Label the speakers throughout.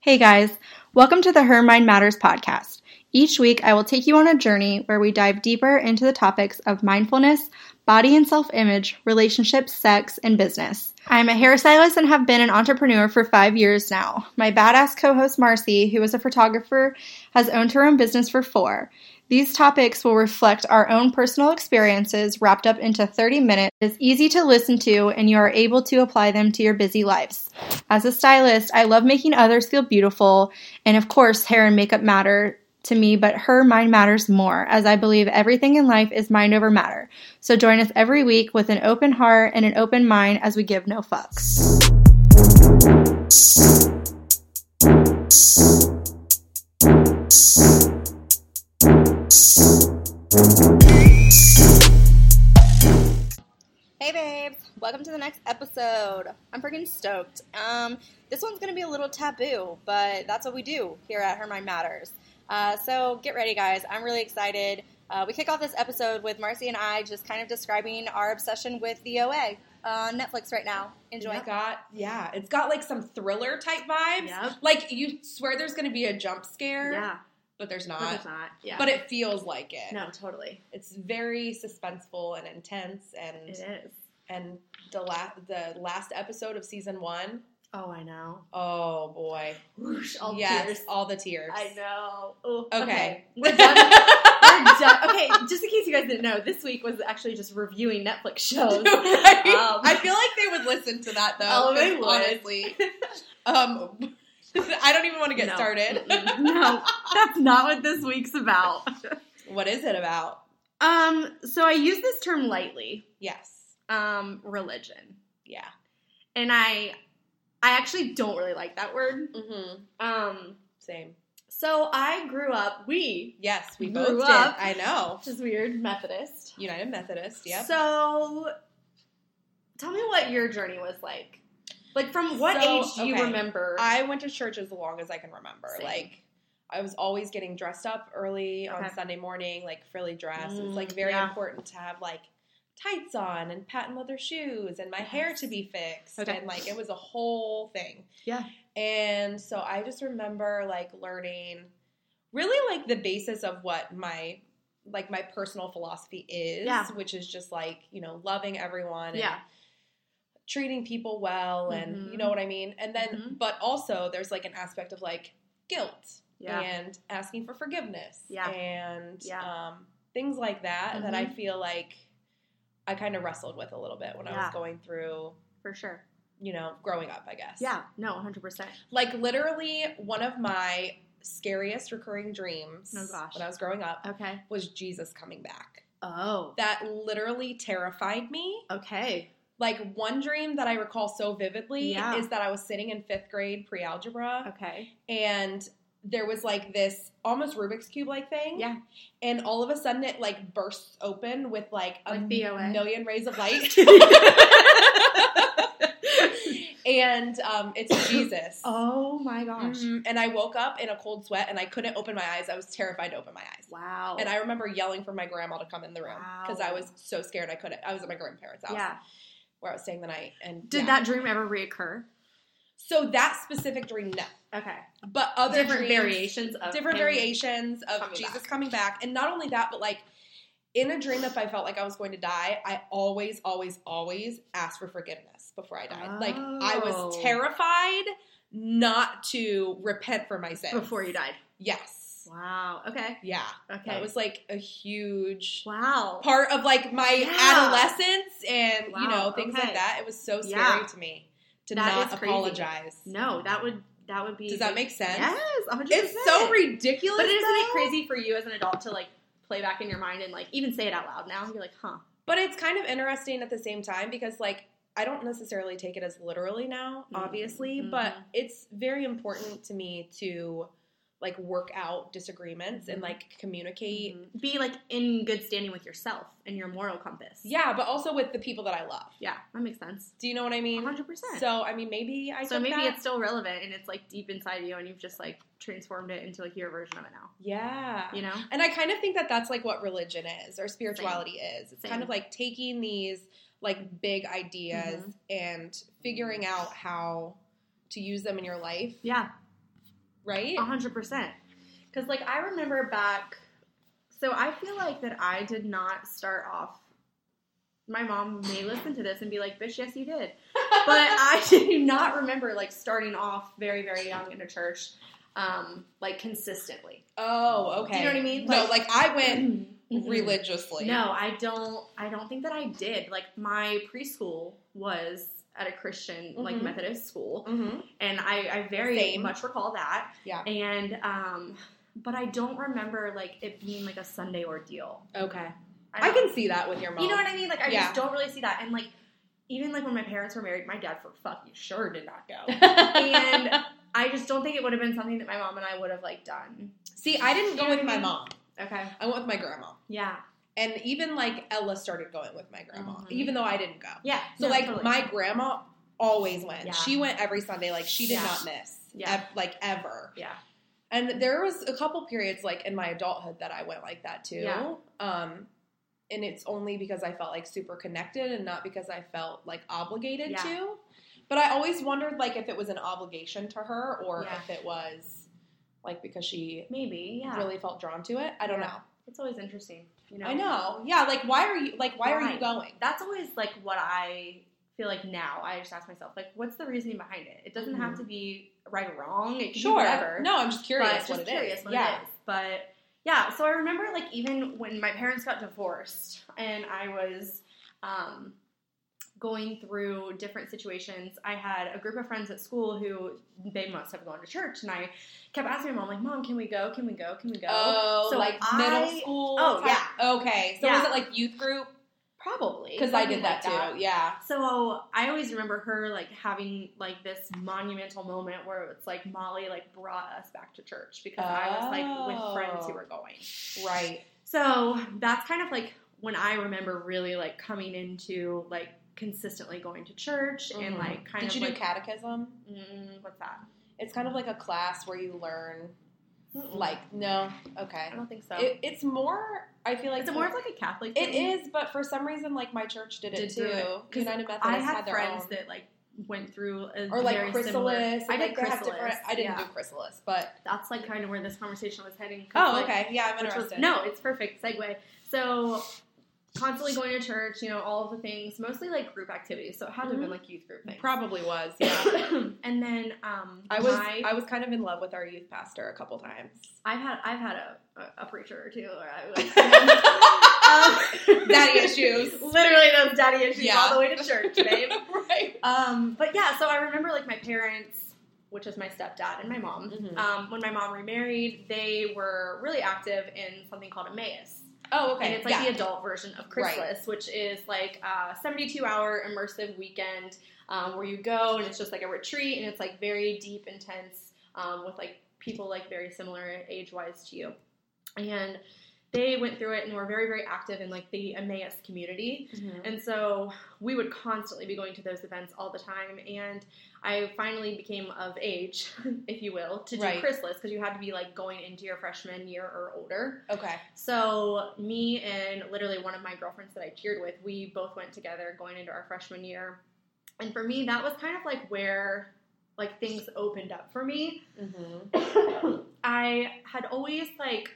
Speaker 1: Hey guys, welcome to the Her Mind Matters podcast. Each week, I will take you on a journey where we dive deeper into the topics of mindfulness, body and self image, relationships, sex, and business. I'm a hairstylist and have been an entrepreneur for five years now. My badass co host Marcy, who is a photographer, has owned her own business for four. These topics will reflect our own personal experiences wrapped up into 30 minutes. It's easy to listen to, and you are able to apply them to your busy lives. As a stylist, I love making others feel beautiful, and of course, hair and makeup matter to me, but her mind matters more, as I believe everything in life is mind over matter. So join us every week with an open heart and an open mind as we give no fucks. Hey babes, welcome to the next episode. I'm freaking stoked. Um, this one's gonna be a little taboo, but that's what we do here at Her Mind Matters. Uh, so get ready, guys. I'm really excited. Uh, we kick off this episode with Marcy and I just kind of describing our obsession with the OA on Netflix right now. Enjoy.
Speaker 2: It's got yeah, it's got like some thriller type vibes.
Speaker 3: Yep.
Speaker 2: Like you swear there's gonna be a jump scare,
Speaker 3: Yeah.
Speaker 2: but there's
Speaker 3: but
Speaker 2: not.
Speaker 3: it's not. Yeah.
Speaker 2: But it feels like it.
Speaker 3: no, totally.
Speaker 2: It's very suspenseful and intense and
Speaker 3: It is.
Speaker 2: and the last the last episode of season one.
Speaker 3: Oh, I know.
Speaker 2: Oh boy.
Speaker 3: Whoosh, all
Speaker 2: yes,
Speaker 3: tears.
Speaker 2: all the tears.
Speaker 3: I know. Ooh,
Speaker 2: Okay.
Speaker 3: We're done. We're done. Okay, just in case you guys didn't know, this week was actually just reviewing Netflix shows.
Speaker 2: Right?
Speaker 3: Um,
Speaker 2: I feel like they would listen to that though.
Speaker 3: Oh, they
Speaker 2: 'cause
Speaker 3: would.
Speaker 2: Honestly. Um I don't even want to get
Speaker 3: No.
Speaker 2: started.
Speaker 3: Mm-mm. no, that's not what this week's about.
Speaker 2: What is it about?
Speaker 3: Um, so I use this term lightly.
Speaker 2: Yes.
Speaker 3: Um, religion,
Speaker 2: Yeah.
Speaker 3: and I, I actually don't really like that word.
Speaker 2: Mm-hmm.
Speaker 3: Um,
Speaker 2: Same.
Speaker 3: so I grew up. We,
Speaker 2: Yes, we
Speaker 3: Grew
Speaker 2: both did.
Speaker 3: up.
Speaker 2: I know.
Speaker 3: which is weird, Methodist.
Speaker 2: United Methodist. Yep.
Speaker 3: So, tell me what your journey was like. Like, from what
Speaker 2: So,
Speaker 3: age do you
Speaker 2: okay.
Speaker 3: remember?
Speaker 2: I went to church as long as I can remember.
Speaker 3: Same.
Speaker 2: Like I was always getting dressed up early on
Speaker 3: Okay.
Speaker 2: Sunday morning, like frilly dress. it was
Speaker 3: Mm,
Speaker 2: like very
Speaker 3: yeah.
Speaker 2: important to have like tights on and patent leather shoes and my hair to be fixed
Speaker 3: Okay.
Speaker 2: and like it was a whole thing.
Speaker 3: Yeah.
Speaker 2: And so I just remember like learning really like the basis of what my like my personal philosophy is,
Speaker 3: Yeah.
Speaker 2: which is just like, you know, loving everyone and
Speaker 3: yeah,
Speaker 2: treating people well and
Speaker 3: Mhm.
Speaker 2: you know what I mean? And then
Speaker 3: Mhm.
Speaker 2: but also there's like an aspect of like guilt
Speaker 3: yeah,
Speaker 2: and asking for forgiveness
Speaker 3: Yeah.
Speaker 2: and
Speaker 3: Yeah.
Speaker 2: um things like that that I
Speaker 3: Mhm.
Speaker 2: feel like I kind of wrestled with a little bit when I
Speaker 3: Yeah.
Speaker 2: was going through,
Speaker 3: for sure.
Speaker 2: you know, growing up, I guess.
Speaker 3: Yeah, no, hundred percent.
Speaker 2: Like literally one of my scariest recurring dreams
Speaker 3: Oh, gosh.
Speaker 2: when I was growing up
Speaker 3: Okay.
Speaker 2: was Jesus coming back.
Speaker 3: Oh,
Speaker 2: That literally terrified me.
Speaker 3: okay.
Speaker 2: like one dream that I recall so vividly
Speaker 3: Yeah.
Speaker 2: is that I was sitting in fifth grade pre algebra
Speaker 3: Okay.
Speaker 2: and there was like this almost Rubik's Cube like thing.
Speaker 3: Yeah.
Speaker 2: And all of a sudden it like bursts open with like a
Speaker 3: Like the OA.
Speaker 2: million rays of light.
Speaker 3: kidding.
Speaker 2: and um, it's Jesus.
Speaker 3: Oh my gosh.
Speaker 2: Mhm. And I woke up in a cold sweat and I couldn't open my eyes. I was terrified to open my eyes.
Speaker 3: Wow.
Speaker 2: And I remember yelling for my grandma to come in the room because I
Speaker 3: Wow.
Speaker 2: was so scared I couldn't. I was at my grandparents' house
Speaker 3: yeah.
Speaker 2: where I was staying the night. And yeah.
Speaker 3: Did that dream ever reoccur?
Speaker 2: So that specific dream, no.
Speaker 3: Okay.
Speaker 2: But other
Speaker 3: different
Speaker 2: dreams-
Speaker 3: variations of
Speaker 2: different
Speaker 3: him.
Speaker 2: variations of
Speaker 3: coming
Speaker 2: Jesus
Speaker 3: back.
Speaker 2: coming back, and not only that, but like in a dream, if I felt like I was going to die, I always, always, always asked for forgiveness before I died. Like I was
Speaker 3: Oh.
Speaker 2: terrified not to repent for my sins
Speaker 3: before you died.
Speaker 2: Yes,
Speaker 3: Wow. Okay.
Speaker 2: yeah,
Speaker 3: Okay.
Speaker 2: that was like a huge.
Speaker 3: wow.
Speaker 2: Part of like my
Speaker 3: Yeah.
Speaker 2: adolescence and you
Speaker 3: Wow,
Speaker 2: know things
Speaker 3: okay.
Speaker 2: like that. It was so scary
Speaker 3: Yeah.
Speaker 2: to me to
Speaker 3: That
Speaker 2: not
Speaker 3: is crazy.
Speaker 2: apologize.
Speaker 3: no, that would that would be.
Speaker 2: Does that make sense?
Speaker 3: Yes, 100
Speaker 2: It's so ridiculous.
Speaker 3: But isn't it
Speaker 2: though?
Speaker 3: crazy for you as an adult to like play back in your mind and like even say it out loud now? You're like, huh?
Speaker 2: But it's kind of interesting at the same time because like I don't necessarily take it as literally now,
Speaker 3: Mm.
Speaker 2: obviously, but it's very important to me to like work out disagreements and
Speaker 3: Mhm.
Speaker 2: like communicate.
Speaker 3: Be like in good standing with yourself and your moral compass.
Speaker 2: Yeah, but also with the people that I love.
Speaker 3: Yeah, that makes sense.
Speaker 2: Do you know what I mean?
Speaker 3: 100%. So,
Speaker 2: So I mean, maybe I. took
Speaker 3: maybe
Speaker 2: that-
Speaker 3: it's still relevant and it's like deep inside you and you've just like transformed it into like your version of it now.
Speaker 2: yeah.
Speaker 3: You know?
Speaker 2: And I kind of think that that's like what religion is or spirituality is. It's kind
Speaker 3: Same.
Speaker 2: of like taking these like big
Speaker 3: Mm-hmm.
Speaker 2: ideas and figuring out how to use them in your life
Speaker 3: Yeah. Uh-huh.
Speaker 2: right?
Speaker 3: A hundred percent. Because like I remember back, so I feel like that I did not start off. My mom may listen to this and be like, "Bitch, yes, you did," but I do not remember like starting off very, very young in a church, um, like consistently.
Speaker 2: Oh, okay.
Speaker 3: Do you know what I mean?
Speaker 2: No, like I went
Speaker 3: Mhm.
Speaker 2: religiously.
Speaker 3: No, I don't. I don't think that I did. Like my preschool was at a Christian, like
Speaker 2: Mhm.
Speaker 3: Methodist school,
Speaker 2: hmm
Speaker 3: and I, I very
Speaker 2: Same.
Speaker 3: much recall that.
Speaker 2: Yeah.
Speaker 3: And um, but I don't remember like it being like a Sunday ordeal.
Speaker 2: Okay.
Speaker 3: don't-
Speaker 2: I can see that with your mom.
Speaker 3: You know what I mean? Like I
Speaker 2: Yeah.
Speaker 3: just don't really see that. And like even like when my parents were married, my dad for fuck you sure did not go. and I just don't think it would have been something that my mom and I would have like done.
Speaker 2: see, I didn't go
Speaker 3: You know
Speaker 2: with
Speaker 3: what
Speaker 2: my
Speaker 3: I mean?
Speaker 2: mom.
Speaker 3: Okay.
Speaker 2: I went with my grandma.
Speaker 3: Yeah.
Speaker 2: And even like Ella started going with my grandma,
Speaker 3: Mhm.
Speaker 2: even though I didn't go.
Speaker 3: Yeah.
Speaker 2: So
Speaker 3: No,
Speaker 2: like
Speaker 3: totally.
Speaker 2: my grandma always went.
Speaker 3: Yeah.
Speaker 2: She went every Sunday. Like she did
Speaker 3: Yeah.
Speaker 2: not miss.
Speaker 3: Yeah.
Speaker 2: ev- like ever.
Speaker 3: Yeah.
Speaker 2: And there was a couple periods like in my adulthood that I went like that too.
Speaker 3: Yeah.
Speaker 2: Um and it's only because I felt like super connected and not because I felt like obligated
Speaker 3: Yeah.
Speaker 2: to. But I always wondered like if it was an obligation to her or
Speaker 3: Yeah.
Speaker 2: if it was like because she
Speaker 3: Maybe. Yeah.
Speaker 2: really felt drawn to it. I don't
Speaker 3: Yeah.
Speaker 2: know.
Speaker 3: It's always interesting. You know.
Speaker 2: I know. Yeah, like why are you like why, are
Speaker 3: Why?
Speaker 2: you going?
Speaker 3: That's always like what I feel like now. I just ask myself like, what's the reasoning behind it? It doesn't have
Speaker 2: Mhm.
Speaker 3: to be right or wrong. It could
Speaker 2: Sure.
Speaker 3: be whatever.
Speaker 2: No, I'm just curious
Speaker 3: but
Speaker 2: what
Speaker 3: just
Speaker 2: it is.
Speaker 3: curious what
Speaker 2: yeah.
Speaker 3: it is. But yeah, so I remember like even when my parents got divorced and I was um, going through different situations, I had a group of friends at school who they must have gone to church, and I kept asking my mom like, "Mom, can we go? Can we go? Can we go?"
Speaker 2: Oh,
Speaker 3: So
Speaker 2: like
Speaker 3: I-
Speaker 2: middle school.
Speaker 3: Oh,
Speaker 2: type- Okay. So
Speaker 3: Yeah.
Speaker 2: was it like youth group?
Speaker 3: Probably
Speaker 2: Because I
Speaker 3: something
Speaker 2: did that
Speaker 3: like
Speaker 2: too. Yeah.
Speaker 3: So I always remember her like having like this monumental moment where it's like Molly like brought us back to church because I was like with friends who
Speaker 2: Oh.
Speaker 3: were going.
Speaker 2: Right.
Speaker 3: So that's kind of like when I remember really like coming into like consistently going to church and
Speaker 2: Mhm.
Speaker 3: like kind
Speaker 2: Did
Speaker 3: of
Speaker 2: you do
Speaker 3: like,
Speaker 2: catechism?
Speaker 3: mm, what's that?
Speaker 2: It's kind of like a class where you learn. Like no. Okay.
Speaker 3: I don't think so.
Speaker 2: It, it's more. I feel like
Speaker 3: it's more of like a Catholic.
Speaker 2: It
Speaker 3: thing.
Speaker 2: is, but for some reason, like my church did it
Speaker 3: Did do
Speaker 2: too.
Speaker 3: it. 'Cause
Speaker 2: United Methodist
Speaker 3: I had
Speaker 2: their
Speaker 3: friends
Speaker 2: own.
Speaker 3: that like went through a
Speaker 2: or like
Speaker 3: very
Speaker 2: chrysalis.
Speaker 3: similar.
Speaker 2: and,
Speaker 3: I did
Speaker 2: like, they have
Speaker 3: chrysalis,
Speaker 2: different- I didn't
Speaker 3: yeah.
Speaker 2: do chrysalis, but
Speaker 3: That's like kind of where this conversation was heading. 'cause,
Speaker 2: oh,
Speaker 3: like,
Speaker 2: okay, yeah, I'm
Speaker 3: which was-
Speaker 2: interested.
Speaker 3: no, it's perfect segue. So constantly going to church, you know, all of the things, mostly like group activities. So it had to have been like youth group things.
Speaker 2: probably was. Mm-hmm. Yeah,
Speaker 3: and then um,
Speaker 2: I was.
Speaker 3: my-
Speaker 2: I was kind of in love with our youth pastor a couple times.
Speaker 3: I've had I've had a, a, a preacher or two. Or I was, um,
Speaker 2: Daddy issues.
Speaker 3: Literally those daddy issues
Speaker 2: Yeah.
Speaker 3: all the way to church, babe.
Speaker 2: right.
Speaker 3: um, but yeah, so I remember like my parents, which is my stepdad and my mom.
Speaker 2: Mhm.
Speaker 3: Um, when my mom remarried, they were really active in something called Emmaus.
Speaker 2: Oh, okay.
Speaker 3: And it's like
Speaker 2: yeah.
Speaker 3: the adult version of
Speaker 2: Right.
Speaker 3: Chrysalis, which is like a 72 hour immersive weekend um, where you go and it's just like a retreat and it's like very deep, intense um, with like people like very similar age wise to you. And they went through it and were very, very active in like the Emmaus community.
Speaker 2: Mm-hmm.
Speaker 3: And so we would constantly be going to those events all the time. And I finally became of age, if you will, to do
Speaker 2: Right.
Speaker 3: chrysalis because you had to be like going into your freshman year or older.
Speaker 2: Okay.
Speaker 3: So me and literally one of my girlfriends that I cheered with, we both went together going into our freshman year. And for me, that was kind of like where like things opened up for me. I had always like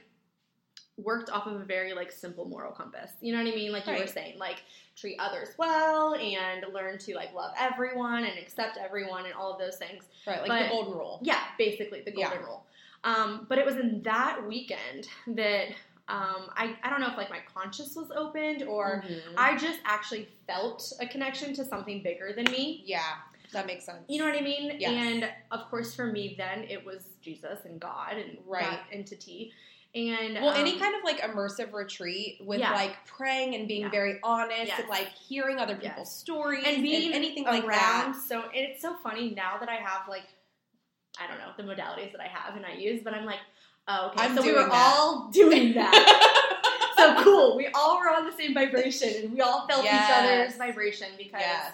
Speaker 3: worked off of a very like simple moral compass. You know what I mean? Like you were
Speaker 2: Right.
Speaker 3: saying, like treat others well and learn to like love everyone and accept everyone and all of those things.
Speaker 2: Right, like
Speaker 3: But-
Speaker 2: the golden rule.
Speaker 3: Yeah, basically the golden rule. Um, but it was in that weekend that um, I I don't know if like my conscience was opened or
Speaker 2: Mhm.
Speaker 3: I just actually felt a connection to something bigger than me.
Speaker 2: yeah, that makes sense.
Speaker 3: You know what I mean?
Speaker 2: Yes.
Speaker 3: And of course, for me then it was Jesus and God and
Speaker 2: Right.
Speaker 3: that entity. And
Speaker 2: Well, any
Speaker 3: um,
Speaker 2: kind of like immersive retreat with
Speaker 3: Yeah.
Speaker 2: like praying and being
Speaker 3: Yeah.
Speaker 2: very honest
Speaker 3: Yes.
Speaker 2: and like hearing other
Speaker 3: Yes.
Speaker 2: people's stories
Speaker 3: and being
Speaker 2: anything
Speaker 3: around.
Speaker 2: like that.
Speaker 3: So and it's so funny now that I have like I don't know the modalities that I have and I use, but I'm like, oh, okay,
Speaker 2: I'm
Speaker 3: so we
Speaker 2: doing
Speaker 3: were
Speaker 2: that.
Speaker 3: all doing that. so cool. We all were on the same vibration, and we all felt
Speaker 2: Yes.
Speaker 3: each other's vibration because
Speaker 2: Yes.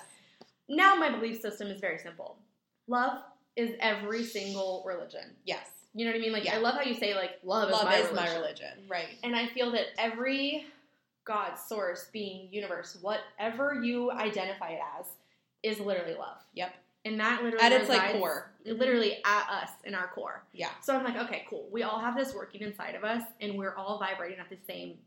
Speaker 3: now my belief system is very simple. Love is every single religion.
Speaker 2: Yes.
Speaker 3: You know what I mean? Like
Speaker 2: Yeah.
Speaker 3: I love how you say like love,
Speaker 2: Love
Speaker 3: is, my,
Speaker 2: is
Speaker 3: religion.
Speaker 2: my religion. Right.
Speaker 3: And I feel that every God, source, being, universe, whatever you identify it as, is literally love.
Speaker 2: Yep.
Speaker 3: and that literally
Speaker 2: At its, like,
Speaker 3: resides-
Speaker 2: core.
Speaker 3: literally at us in our core.
Speaker 2: Yeah.
Speaker 3: So I'm like, okay, cool. We all have this working inside of us, and we're all vibrating at the same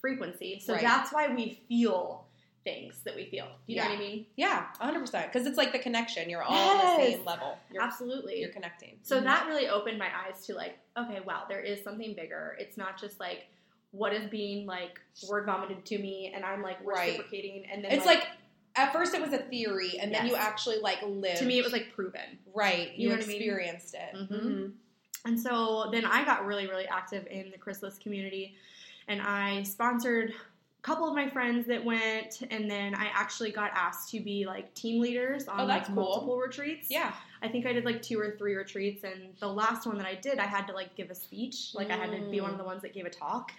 Speaker 3: frequency. So
Speaker 2: Right.
Speaker 3: that's why we feel things that we feel. You know
Speaker 2: Yeah.
Speaker 3: what I mean?
Speaker 2: Yeah, 100%. Because it's like the connection. You're all on the
Speaker 3: Yes.
Speaker 2: same level. You're,
Speaker 3: Absolutely.
Speaker 2: you're connecting. Mm-hmm.
Speaker 3: So that really opened my eyes to like, okay, wow, there is something bigger. It's not just like what is being like word vomited to me, and I'm like
Speaker 2: Right.
Speaker 3: reciprocating, and then
Speaker 2: It's like, at first it was a theory, and then
Speaker 3: Yes.
Speaker 2: you actually like lived.
Speaker 3: to me, it was like proven.
Speaker 2: right.
Speaker 3: you
Speaker 2: You,
Speaker 3: know what I mean?
Speaker 2: experienced it.
Speaker 3: Mhm. And so then I got really, really active in the Chrysalis community and I sponsored a couple of my friends that went and then I actually got asked to be like team leaders on
Speaker 2: Oh,
Speaker 3: like
Speaker 2: that's cool.
Speaker 3: multiple retreats.
Speaker 2: Yeah.
Speaker 3: I think I did like two or three retreats and the last one that I did I had to like give a speech. Like I had to be
Speaker 2: Mm.
Speaker 3: one of the ones that gave a talk.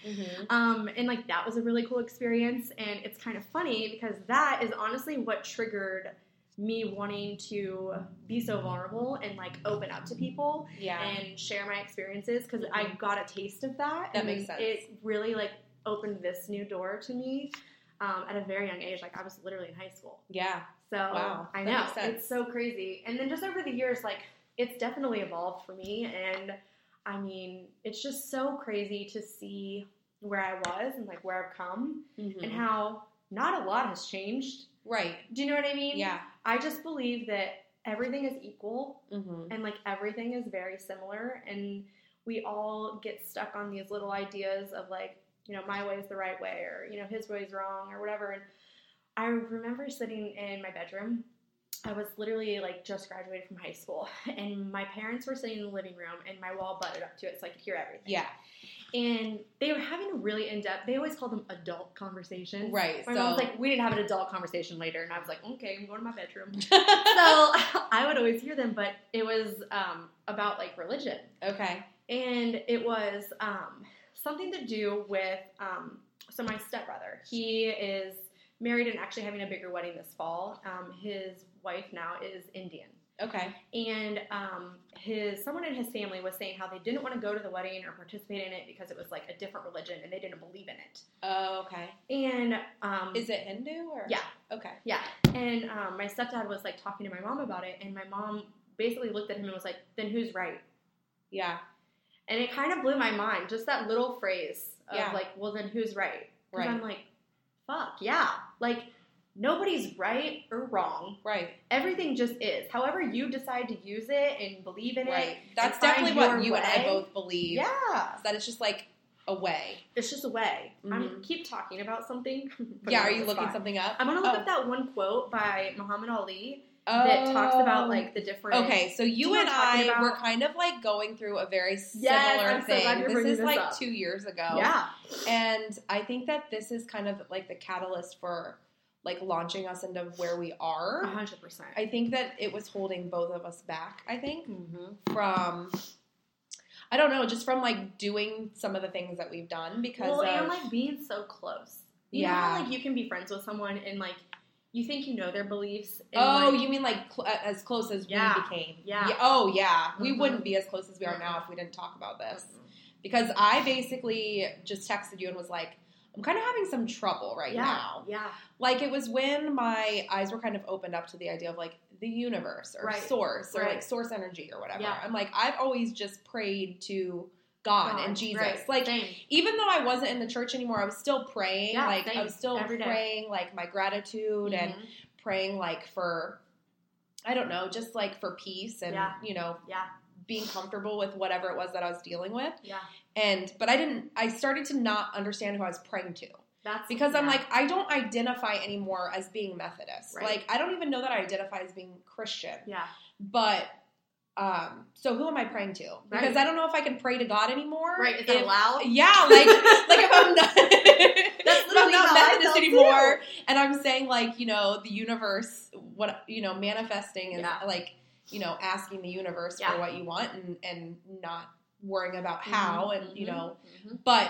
Speaker 3: Um, and like that was a really cool experience. And it's kind of funny because that is honestly what triggered me wanting to be so vulnerable and like open up to people
Speaker 2: Yeah. Mm-hmm.
Speaker 3: and share my experiences because I got a taste of that.
Speaker 2: That
Speaker 3: and
Speaker 2: makes sense.
Speaker 3: It really like opened this new door to me um, at a very young age. Like I was literally in high school.
Speaker 2: yeah.
Speaker 3: So
Speaker 2: Wow,
Speaker 3: I
Speaker 2: that
Speaker 3: know
Speaker 2: makes sense.
Speaker 3: it's so crazy. And then just over the years, like it's definitely evolved for me. And I mean, it's just so crazy to see where I was and like where I've come and
Speaker 2: Mm-hmm.
Speaker 3: how not a lot has changed.
Speaker 2: Right.
Speaker 3: Do you know what I mean?
Speaker 2: Yeah.
Speaker 3: I just believe that everything is equal
Speaker 2: Mm-hmm.
Speaker 3: and like everything is very similar and we all get stuck on these little ideas of like you know my way is the right way or you know his way is wrong or whatever and i remember sitting in my bedroom i was literally like just graduated from high school and my parents were sitting in the living room and my wall butted up to it so i could hear everything
Speaker 2: Yeah.
Speaker 3: and they were having a really in-depth they always call them adult conversations
Speaker 2: Right.
Speaker 3: my
Speaker 2: so
Speaker 3: mom was like we didn't have an adult conversation later and i was like okay i'm going to my bedroom so I would always hear them, but it was um, about like religion,
Speaker 2: okay.
Speaker 3: and it was um, something to do with. Um, so my stepbrother, he is married and actually having a bigger wedding this fall. Um, his wife now is Indian,
Speaker 2: Okay.
Speaker 3: and um, his someone in his family was saying how they didn't want to go to the wedding or participate in it because it was like a different religion and they didn't believe in it.
Speaker 2: Oh, okay.
Speaker 3: And um,
Speaker 2: Is it Hindu or?
Speaker 3: Yeah.
Speaker 2: Okay.
Speaker 3: Yeah. And um, my stepdad was like talking to my mom about it, and my mom basically looked at him and was like, then who's right?
Speaker 2: Yeah.
Speaker 3: And it kind of blew my mind, just that little phrase of
Speaker 2: Yeah.
Speaker 3: like, well, then who's right? 'Cause
Speaker 2: Right.
Speaker 3: I'm like, fuck, yeah. Like, nobody's right or wrong.
Speaker 2: Right.
Speaker 3: Everything just is. However, you decide to use it and believe in
Speaker 2: Right.
Speaker 3: it.
Speaker 2: That's
Speaker 3: find
Speaker 2: definitely what
Speaker 3: your
Speaker 2: you and I
Speaker 3: way.
Speaker 2: both believe.
Speaker 3: Yeah.
Speaker 2: Is That it's just like a way.
Speaker 3: It's just a way. I'm
Speaker 2: Mhm.
Speaker 3: keep talking about something. Put
Speaker 2: yeah. Are
Speaker 3: me on
Speaker 2: you
Speaker 3: the
Speaker 2: looking
Speaker 3: spot.
Speaker 2: something up?
Speaker 3: I'm gonna look
Speaker 2: Oh.
Speaker 3: up that one quote by Muhammad Ali that talks about like the different
Speaker 2: Oh. Okay, so you
Speaker 3: know
Speaker 2: and
Speaker 3: what I'm
Speaker 2: I
Speaker 3: talking
Speaker 2: were
Speaker 3: about?
Speaker 2: kind of like going through a very similar
Speaker 3: I'm so
Speaker 2: thing.
Speaker 3: glad you're
Speaker 2: this
Speaker 3: bringing
Speaker 2: is
Speaker 3: this
Speaker 2: like
Speaker 3: up.
Speaker 2: two years ago.
Speaker 3: Yeah.
Speaker 2: And I think that this is kind of like the catalyst for like launching us into where we are.
Speaker 3: A hundred percent.
Speaker 2: I think that it was holding both of us back, I think, from I don't know, just from like doing some of the things that we've done because
Speaker 3: Well,
Speaker 2: of,
Speaker 3: and like being so close. You know
Speaker 2: uh, Yeah.
Speaker 3: how, like you can be friends with someone and like you think you know their beliefs. And,
Speaker 2: Oh,
Speaker 3: like,
Speaker 2: you mean like cl- uh, as close as
Speaker 3: Yeah.
Speaker 2: we became?
Speaker 3: Yeah. Mm-hmm.
Speaker 2: Oh, yeah. We
Speaker 3: Mhm.
Speaker 2: wouldn't be as close as we are now if we didn't talk about this.
Speaker 3: Mm-hmm.
Speaker 2: Because I basically just texted you and was like, I'm kind of having some trouble right
Speaker 3: yeah,
Speaker 2: now.
Speaker 3: yeah,
Speaker 2: Like, it was when my eyes were kind of opened up to the idea of like the universe or
Speaker 3: Right.
Speaker 2: source or like
Speaker 3: Right.
Speaker 2: source energy or whatever.
Speaker 3: Yeah.
Speaker 2: I'm like, I've always just prayed to God,
Speaker 3: God,
Speaker 2: and Jesus.
Speaker 3: right,
Speaker 2: Like,
Speaker 3: same.
Speaker 2: even though I wasn't in the church anymore, I was still praying.
Speaker 3: Yeah,
Speaker 2: like, I
Speaker 3: same.
Speaker 2: was still
Speaker 3: Every day.
Speaker 2: praying, like, my gratitude and
Speaker 3: Mhm.
Speaker 2: praying like for I don't know, just like for peace and
Speaker 3: Yeah.
Speaker 2: you know,
Speaker 3: yeah,
Speaker 2: being comfortable with whatever it was that I was dealing with.
Speaker 3: yeah.
Speaker 2: And but I didn't I started to not understand who I was praying to.
Speaker 3: That's
Speaker 2: Because I'm
Speaker 3: yeah.
Speaker 2: like I don't identify anymore as being Methodist.
Speaker 3: Right.
Speaker 2: Like I don't even know that I identify as being Christian.
Speaker 3: yeah,
Speaker 2: But um so who am I praying to? Because
Speaker 3: Right.
Speaker 2: I don't know if I can pray to God anymore.
Speaker 3: right. Is that
Speaker 2: If-
Speaker 3: allowed?
Speaker 2: yeah, like like if I'm not
Speaker 3: That's
Speaker 2: if I'm
Speaker 3: literally
Speaker 2: not
Speaker 3: how I
Speaker 2: Methodist
Speaker 3: felt
Speaker 2: anymore, and I'm saying like you know the universe, what you know manifesting and
Speaker 3: Yeah.
Speaker 2: like you know asking the universe
Speaker 3: Yeah.
Speaker 2: for what you want and and not worrying about how and you
Speaker 3: mhm,
Speaker 2: know,
Speaker 3: mhm.
Speaker 2: but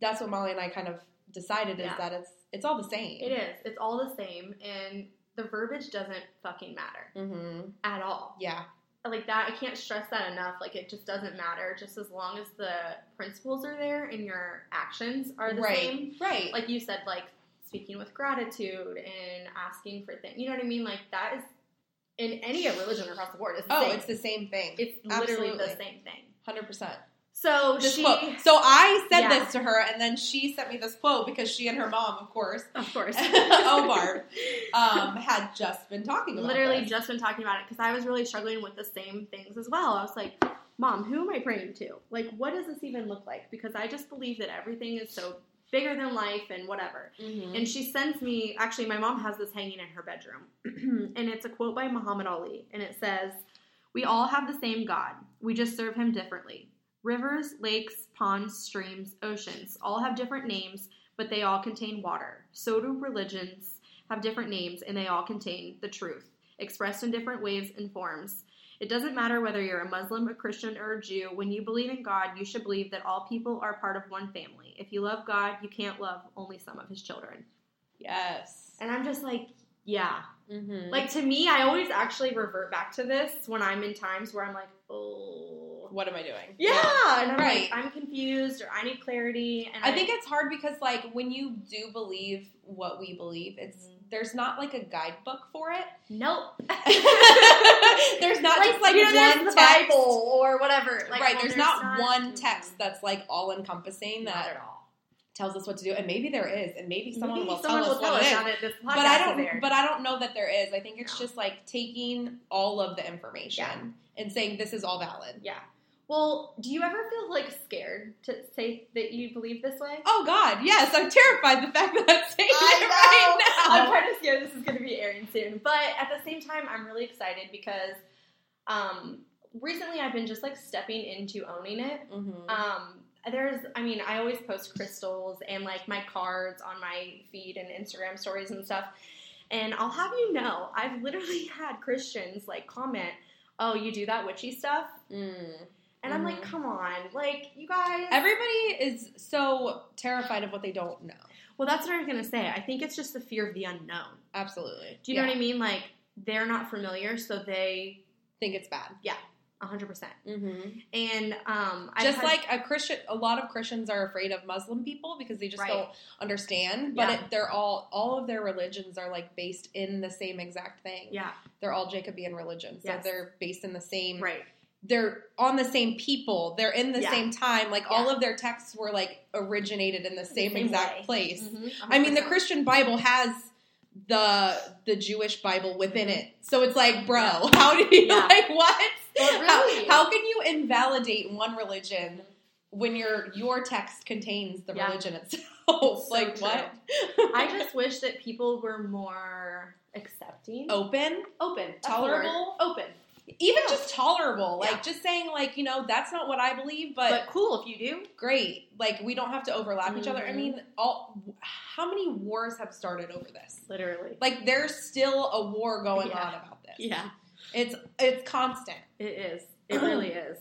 Speaker 2: that's what Molly and I kind of decided is
Speaker 3: Yeah.
Speaker 2: that it's it's all the same.
Speaker 3: It is. It's all the same, and the verbiage doesn't fucking matter
Speaker 2: Mm-hmm.
Speaker 3: at all.
Speaker 2: Yeah,
Speaker 3: like that i can't stress that enough like it just doesn't matter just as long as the principles are there and your actions are the
Speaker 2: right,
Speaker 3: same
Speaker 2: right.
Speaker 3: like you said like speaking with gratitude and asking for things you know what i mean like that is in any of religion across the board. It's the
Speaker 2: Oh,
Speaker 3: same.
Speaker 2: it's the same thing.
Speaker 3: It's literally
Speaker 2: Absolutely.
Speaker 3: the same thing.
Speaker 2: Hundred percent.
Speaker 3: So
Speaker 2: This
Speaker 3: Oh, she,
Speaker 2: quote. So I said
Speaker 3: Yeah.
Speaker 2: this to her, and then she sent me this quote because she and her mom, of course,
Speaker 3: of course,
Speaker 2: oh Barb, um, had just been talking about
Speaker 3: literally
Speaker 2: this.
Speaker 3: just been talking about it because I was really struggling with the same things as well. I was like, Mom, who am I praying to? Like, what does this even look like? Because I just believe that everything is so bigger than life and whatever.
Speaker 2: Mhm.
Speaker 3: And she sends me, actually, my mom has this hanging in her bedroom. and it's a quote by Muhammad Ali. And it says, We all have the same God, we just serve him differently. Rivers, lakes, ponds, streams, oceans all have different names, but they all contain water. So do religions have different names, and they all contain the truth, expressed in different ways and forms. It doesn't matter whether you're a Muslim, a Christian, or a Jew. When you believe in God, you should believe that all people are part of one family. If you love God, you can't love only some of his children.
Speaker 2: yes.
Speaker 3: And I'm just like, yeah.
Speaker 2: Mm-hmm.
Speaker 3: Like to me, I always actually revert back to this when I'm in times where I'm like, oh.
Speaker 2: what am I doing?
Speaker 3: Yeah, and I'm
Speaker 2: Right.
Speaker 3: like, I'm confused or I need clarity. And
Speaker 2: I think it's hard because like when you do believe what we believe, it's
Speaker 3: Mhm.
Speaker 2: there's not like a guidebook for it.
Speaker 3: nope.
Speaker 2: there's not just like
Speaker 3: you know, there's
Speaker 2: one
Speaker 3: the
Speaker 2: text.
Speaker 3: Bible or whatever. Like,
Speaker 2: right,
Speaker 3: well,
Speaker 2: there's, not, one
Speaker 3: mm,
Speaker 2: text that's like all encompassing
Speaker 3: not
Speaker 2: that
Speaker 3: at all.
Speaker 2: tells us what to do, and maybe there is, and maybe someone
Speaker 3: Maybe
Speaker 2: will
Speaker 3: someone
Speaker 2: tell
Speaker 3: will
Speaker 2: us
Speaker 3: tell
Speaker 2: what
Speaker 3: us
Speaker 2: it is.
Speaker 3: on it. This podcast
Speaker 2: But I don't.
Speaker 3: is aired.
Speaker 2: But I don't know that there is. I think it's
Speaker 3: No.
Speaker 2: just like taking all of the information
Speaker 3: Yeah.
Speaker 2: and saying this is all valid.
Speaker 3: Yeah. Well, do you ever feel like scared to say that you believe this way?
Speaker 2: Oh God, yes, I'm terrified. The fact that I'm saying
Speaker 3: I
Speaker 2: it
Speaker 3: know.
Speaker 2: right now.
Speaker 3: I'm kind of scared this is going to be airing soon, but at the same time, I'm really excited because um, recently I've been just like stepping into owning it.
Speaker 2: Mhm.
Speaker 3: Um, there's, I mean, I always post crystals and like my cards on my feed and Instagram stories and stuff. And I'll have you know, I've literally had Christians like comment, "Oh, you do that witchy stuff,"
Speaker 2: Mm.
Speaker 3: and I'm like,
Speaker 2: Mhm.
Speaker 3: "Come on, like you guys."
Speaker 2: Everybody is so terrified of what they don't know.
Speaker 3: well, that's what I was gonna say. I think it's just the fear of the unknown.
Speaker 2: Absolutely.
Speaker 3: Do you know what I mean? Like they're not familiar, so they
Speaker 2: Think it's bad.
Speaker 3: 100. percent
Speaker 2: Mm-hmm.
Speaker 3: And um, I've
Speaker 2: Just
Speaker 3: had-
Speaker 2: like a Christian, a lot of Christians are afraid of Muslim people because they just
Speaker 3: Right.
Speaker 2: don't understand. But
Speaker 3: Yeah.
Speaker 2: it, they're all all of their religions are like based in the same exact thing.
Speaker 3: yeah,
Speaker 2: They're all Jacobean religions, so
Speaker 3: Yes.
Speaker 2: they're based in the same.
Speaker 3: right,
Speaker 2: They're on the same people. They're in the
Speaker 3: Yeah.
Speaker 2: same time. Like all of their texts were like originated in the same,
Speaker 3: same
Speaker 2: exact
Speaker 3: way.
Speaker 2: place.
Speaker 3: Mhm,
Speaker 2: I mean, the
Speaker 3: 100%.
Speaker 2: Christian Bible has the the Jewish Bible within
Speaker 3: Mhm.
Speaker 2: it, so it's like, bro, how do you
Speaker 3: Yeah.
Speaker 2: like what?
Speaker 3: Well, really.
Speaker 2: How, how can you invalidate one religion when your your text contains the
Speaker 3: Yeah.
Speaker 2: religion itself?
Speaker 3: It's so
Speaker 2: like
Speaker 3: true.
Speaker 2: what?
Speaker 3: I just wish that people were more accepting,
Speaker 2: Open,
Speaker 3: open, that's the
Speaker 2: Oh. Tolerable.
Speaker 3: word. open,
Speaker 2: even
Speaker 3: Yeah.
Speaker 2: just tolerable, like
Speaker 3: Yeah.
Speaker 2: just saying, like you know, that's not what I believe, but,
Speaker 3: but cool if you do.
Speaker 2: great, like we don't have to overlap each other. I
Speaker 3: Mhm.
Speaker 2: mean, all how many wars have started over this?
Speaker 3: Literally,
Speaker 2: Like there's still a war going
Speaker 3: Yeah.
Speaker 2: on about this.
Speaker 3: yeah,
Speaker 2: It's it's constant.
Speaker 3: it is. It really is.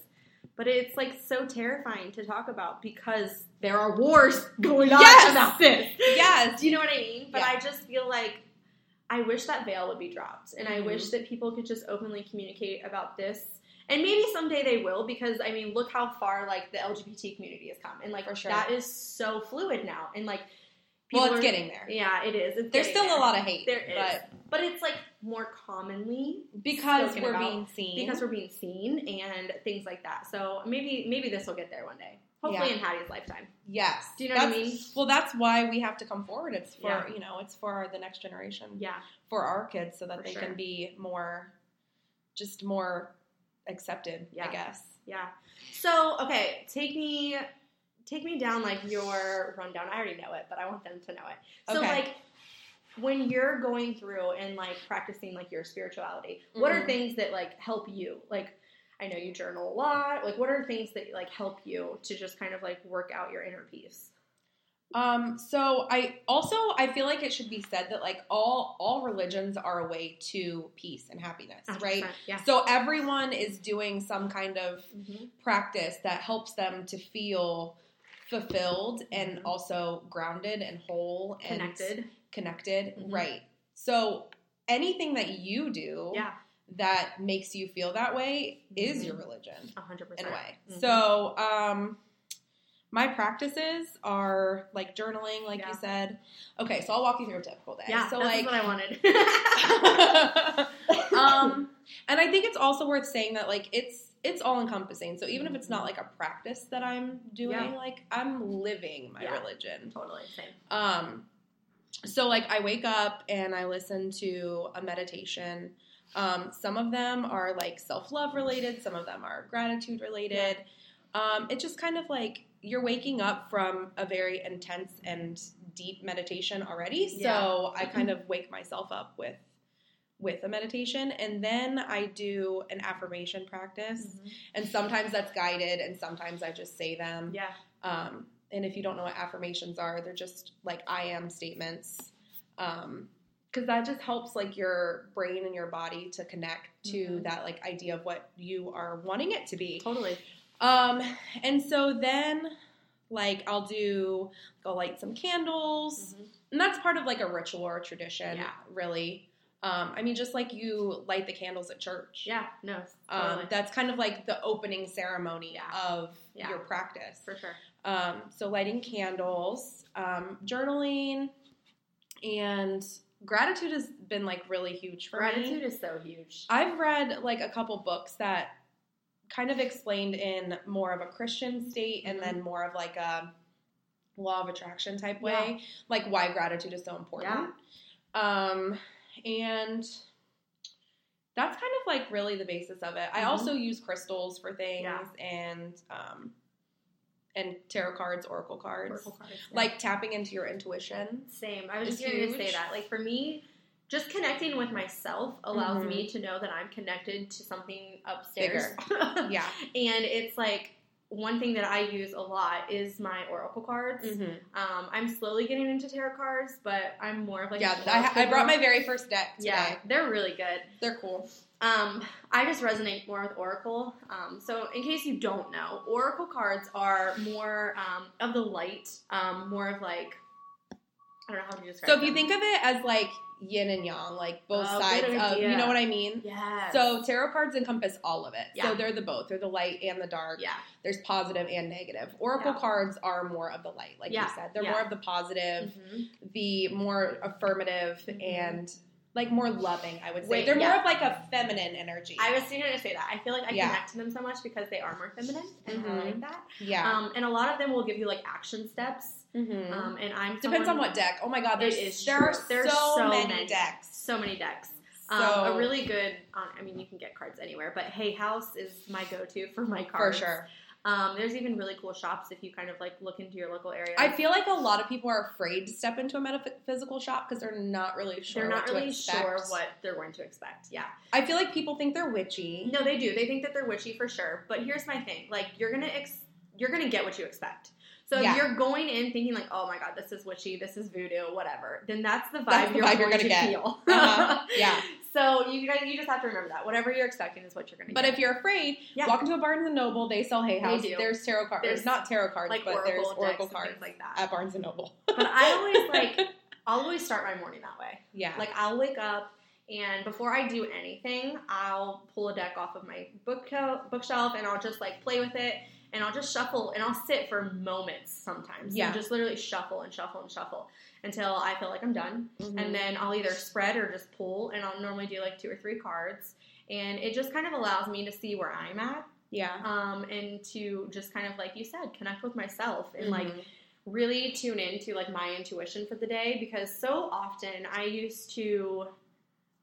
Speaker 3: But it's like so terrifying to talk about because there are wars going on
Speaker 2: Yes!
Speaker 3: about this.
Speaker 2: Yes.
Speaker 3: Do you know what I mean? But
Speaker 2: Yeah.
Speaker 3: I just feel like I wish that veil would be dropped, and I
Speaker 2: Mhm.
Speaker 3: wish that people could just openly communicate about this. And maybe someday they will, because I mean, look how far like the LGBT community has come, and like
Speaker 2: For sure.
Speaker 3: that is so fluid now, and like
Speaker 2: Well, it's
Speaker 3: are-
Speaker 2: getting there.
Speaker 3: yeah, it is. It's
Speaker 2: There's
Speaker 3: getting
Speaker 2: still
Speaker 3: there.
Speaker 2: a lot of hate,
Speaker 3: There is,
Speaker 2: but
Speaker 3: but it's like more commonly
Speaker 2: because
Speaker 3: Spoken
Speaker 2: we're
Speaker 3: about.
Speaker 2: being seen,
Speaker 3: because we're being seen and things like that. So maybe maybe this will get there one day. Hopefully,
Speaker 2: Yeah.
Speaker 3: in Hattie's lifetime.
Speaker 2: yes,
Speaker 3: Do you know what I
Speaker 2: That's-
Speaker 3: mean?
Speaker 2: Well, that's why we have to come forward. It's for
Speaker 3: Yeah.
Speaker 2: you know, it's for the next generation,
Speaker 3: Yeah,
Speaker 2: for our kids, so that
Speaker 3: For
Speaker 2: they
Speaker 3: sure.
Speaker 2: can be more, just more accepted. I
Speaker 3: Yeah.
Speaker 2: guess.
Speaker 3: Yeah. So okay, take me take me down like your rundown. I already know it, but I want them to know it. So
Speaker 2: Okay.
Speaker 3: like when you're going through and like practicing like your spirituality, what are
Speaker 2: Mhm.
Speaker 3: things that like help you? Like I know you journal a lot. Like what are things that like help you to just kind of like work out your inner peace?
Speaker 2: Um, so I also I feel like it should be said that like all all religions are a way to peace and happiness, right?
Speaker 3: 100%, Yeah.
Speaker 2: So everyone is doing some kind of
Speaker 3: Mhm.
Speaker 2: practice that helps them to feel fulfilled and
Speaker 3: Mhm.
Speaker 2: also grounded and whole and
Speaker 3: Connected.
Speaker 2: connected
Speaker 3: Mhm.
Speaker 2: right so anything that you do
Speaker 3: Yeah.
Speaker 2: that makes you feel that way is
Speaker 3: Mhm.
Speaker 2: your religion
Speaker 3: hundred
Speaker 2: in
Speaker 3: percent.
Speaker 2: a way
Speaker 3: Mhm.
Speaker 2: so um My practices are like journaling, like you
Speaker 3: Yeah.
Speaker 2: said. Okay, so I'll walk you through a typical day.
Speaker 3: Yeah,
Speaker 2: so
Speaker 3: that's
Speaker 2: like,
Speaker 3: what I wanted. um,
Speaker 2: and I think it's also worth saying that like it's it's all encompassing. So even if it's not like a practice that I'm doing,
Speaker 3: Yeah.
Speaker 2: like I'm living my
Speaker 3: Yeah.
Speaker 2: religion.
Speaker 3: totally same.
Speaker 2: Um, so like I wake up and I listen to a meditation. Um, some of them are like self love related. Some of them are gratitude related. Um, it's just kind of like you're waking up from a very intense and deep meditation already. So
Speaker 3: Yeah.
Speaker 2: I kind of wake myself up with with a meditation, and then I do an affirmation practice.
Speaker 3: Mm-hmm.
Speaker 2: And sometimes that's guided, and sometimes I just say them.
Speaker 3: Yeah,
Speaker 2: Um, and if you don't know what affirmations are, they're just like I am statements. Um, because that just helps like your brain and your body to connect to
Speaker 3: Mhm.
Speaker 2: that like idea of what you are wanting it to be.
Speaker 3: totally.
Speaker 2: Um, and so then like I'll do I'll light some candles and that's part of like a ritual or a tradition,
Speaker 3: Mm-hmm. Yeah.
Speaker 2: really. Um, I mean, just like you light the candles at church.
Speaker 3: Yeah, no,
Speaker 2: Um,
Speaker 3: totally.
Speaker 2: that's kind of like the opening ceremony
Speaker 3: Yeah.
Speaker 2: of
Speaker 3: Yeah.
Speaker 2: your practice.
Speaker 3: for sure.
Speaker 2: Um, so lighting candles, um, journaling, and gratitude has been like really huge for me.
Speaker 3: Gratitude is so huge.
Speaker 2: I've read like a couple books that kind of explained in more of a Christian state and
Speaker 3: Mm-hmm.
Speaker 2: then more of like a law of attraction type way, like why gratitude is so important. Um, and that's kind of like really the basis of it. I
Speaker 3: Mhm.
Speaker 2: also use crystals for things
Speaker 3: Yeah.
Speaker 2: and um, and tarot cards, oracle cards,
Speaker 3: Oracle cards, yeah.
Speaker 2: like tapping into your intuition.
Speaker 3: Same. I was
Speaker 2: It's
Speaker 3: just going to say
Speaker 2: huge.
Speaker 3: that. Like for me, just connecting with myself allows
Speaker 2: Mhm.
Speaker 3: me to know that I'm connected to something upstairs.
Speaker 2: Yeah.
Speaker 3: and it's like one thing that I use a lot is my oracle cards.
Speaker 2: Mm-hmm.
Speaker 3: Um, I'm slowly getting into tarot cards, but I'm more of like
Speaker 2: yeah,
Speaker 3: an
Speaker 2: I,
Speaker 3: oracle
Speaker 2: I brought my
Speaker 3: girl.
Speaker 2: very first deck today.
Speaker 3: yeah, they're really good.
Speaker 2: They're cool.
Speaker 3: Um, I just resonate more with Oracle. Um, so, in case you don't know, Oracle cards are more um, of the light, um, more of like I don't know how to describe.
Speaker 2: So if you
Speaker 3: them.
Speaker 2: think of it as like yin and yang, like both
Speaker 3: Oh,
Speaker 2: sides
Speaker 3: good
Speaker 2: of, you
Speaker 3: idea.
Speaker 2: know what I mean?
Speaker 3: yeah,
Speaker 2: So tarot cards encompass all of it.
Speaker 3: Yeah.
Speaker 2: So they're the both. They're the light and the dark.
Speaker 3: yeah,
Speaker 2: There's positive and negative. Oracle
Speaker 3: Yeah.
Speaker 2: cards are more of the light, like you
Speaker 3: Yeah,
Speaker 2: said. They're
Speaker 3: yeah.
Speaker 2: more of the positive,
Speaker 3: Mhm.
Speaker 2: the more affirmative
Speaker 3: Mhm.
Speaker 2: and like more loving, I would say.
Speaker 3: Wait,
Speaker 2: they're more
Speaker 3: yeah.
Speaker 2: of like a feminine energy.
Speaker 3: I was going to say that. I feel like I
Speaker 2: Yeah.
Speaker 3: connect to them so much because they are more feminine, and I
Speaker 2: Mhm.
Speaker 3: like that.
Speaker 2: yeah.
Speaker 3: Um, and a lot of them will give you like action steps.
Speaker 2: Mhm.
Speaker 3: Um, and I'm
Speaker 2: Depends on
Speaker 3: someone-
Speaker 2: what deck. Oh my god,
Speaker 3: It
Speaker 2: there's
Speaker 3: is
Speaker 2: there are
Speaker 3: true. There's
Speaker 2: so,
Speaker 3: so
Speaker 2: many,
Speaker 3: many.
Speaker 2: decks.
Speaker 3: so many decks.
Speaker 2: So
Speaker 3: Um, a really good. Um, I mean, you can get cards anywhere, but Hay House is my go-to for my
Speaker 2: for
Speaker 3: cards.
Speaker 2: sure.
Speaker 3: Um, there's even really cool shops if you kind of like look into your local area.
Speaker 2: I feel like a lot of people are afraid to step into a metaphysical shop because they're not really sure.
Speaker 3: they're not
Speaker 2: what to
Speaker 3: really
Speaker 2: expect.
Speaker 3: sure what they're going to expect. Yeah,
Speaker 2: I feel like people think they're witchy.
Speaker 3: no, they do. They think that they're witchy for sure. But here's my thing: like you're gonna ex- you're gonna get what you expect. So
Speaker 2: Yeah.
Speaker 3: if you're going in thinking like, oh my god, this is witchy, this is voodoo, whatever, then that's the vibe,
Speaker 2: That's the
Speaker 3: you're,
Speaker 2: vibe
Speaker 3: going
Speaker 2: you're
Speaker 3: to
Speaker 2: gonna get.
Speaker 3: feel.
Speaker 2: Uh-huh. Yeah,
Speaker 3: so you guys, you just have to remember that whatever you're expecting is what you're gonna
Speaker 2: but
Speaker 3: get.
Speaker 2: if you're afraid,
Speaker 3: Yeah.
Speaker 2: walk into a Barnes and Noble. They sell Hay
Speaker 3: They
Speaker 2: House.
Speaker 3: do.
Speaker 2: There's tarot cards.
Speaker 3: There's,
Speaker 2: not tarot cards,
Speaker 3: like
Speaker 2: but
Speaker 3: oracle
Speaker 2: there's
Speaker 3: decks
Speaker 2: oracle
Speaker 3: and
Speaker 2: cards
Speaker 3: things like that.
Speaker 2: at Barnes and Noble.
Speaker 3: but I always like, I'll always start my morning that way.
Speaker 2: Yeah,
Speaker 3: Like I'll wake up and before I do anything, I'll pull a deck off of my book bookshelf and I'll just like play with it and I'll just shuffle and I'll sit for moments sometimes.
Speaker 2: Yeah.
Speaker 3: And just literally shuffle and shuffle and shuffle until I feel like I'm done.
Speaker 2: Mm-hmm.
Speaker 3: And then I'll either spread or just pull and I'll normally do like two or three cards. And it just kind of allows me to see where I'm at
Speaker 2: yeah,
Speaker 3: um, and to just kind of, like you said, connect with myself and like
Speaker 2: Mhm.
Speaker 3: really tune into like my intuition for the day because so often I used to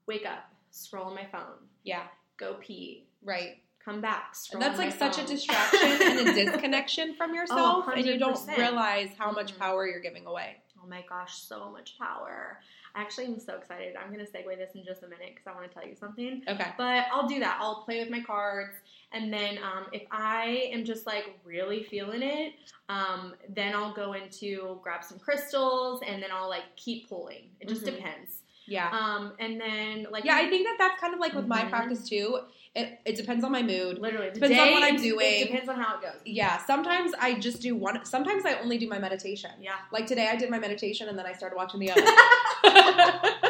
Speaker 3: wake up, scroll on my phone,
Speaker 2: yeah,
Speaker 3: go pee,
Speaker 2: right.
Speaker 3: come back,
Speaker 2: And
Speaker 3: scroll.
Speaker 2: that's
Speaker 3: on
Speaker 2: like
Speaker 3: my
Speaker 2: such a
Speaker 3: phone. Oh,
Speaker 2: distraction and a disconnection from yourself, and you don't
Speaker 3: 100%.
Speaker 2: realize how much
Speaker 3: Mhm.
Speaker 2: power you're giving away.
Speaker 3: Oh my gosh, so much power! I actually am so excited. I'm gonna segue this in just a minute because I want to tell you something.
Speaker 2: Okay.
Speaker 3: But I'll do that. I'll play with my cards. And then um, if I am just like really feeling it, um, then I'll go into grab some crystals and then I'll like keep pulling. It just
Speaker 2: Mhm.
Speaker 3: depends.
Speaker 2: Yeah.
Speaker 3: Um, and then like
Speaker 2: Yeah, I think that that's kind of like with my
Speaker 3: Mhm.
Speaker 2: practice too. It, it depends on my mood.
Speaker 3: literally the
Speaker 2: Depends on
Speaker 3: day
Speaker 2: what I'm
Speaker 3: and-
Speaker 2: doing.
Speaker 3: It depends on how it goes.
Speaker 2: Yeah, sometimes I just do one. Sometimes I only do my meditation.
Speaker 3: Yeah.
Speaker 2: Like today, I did my meditation and then I started watching the oven.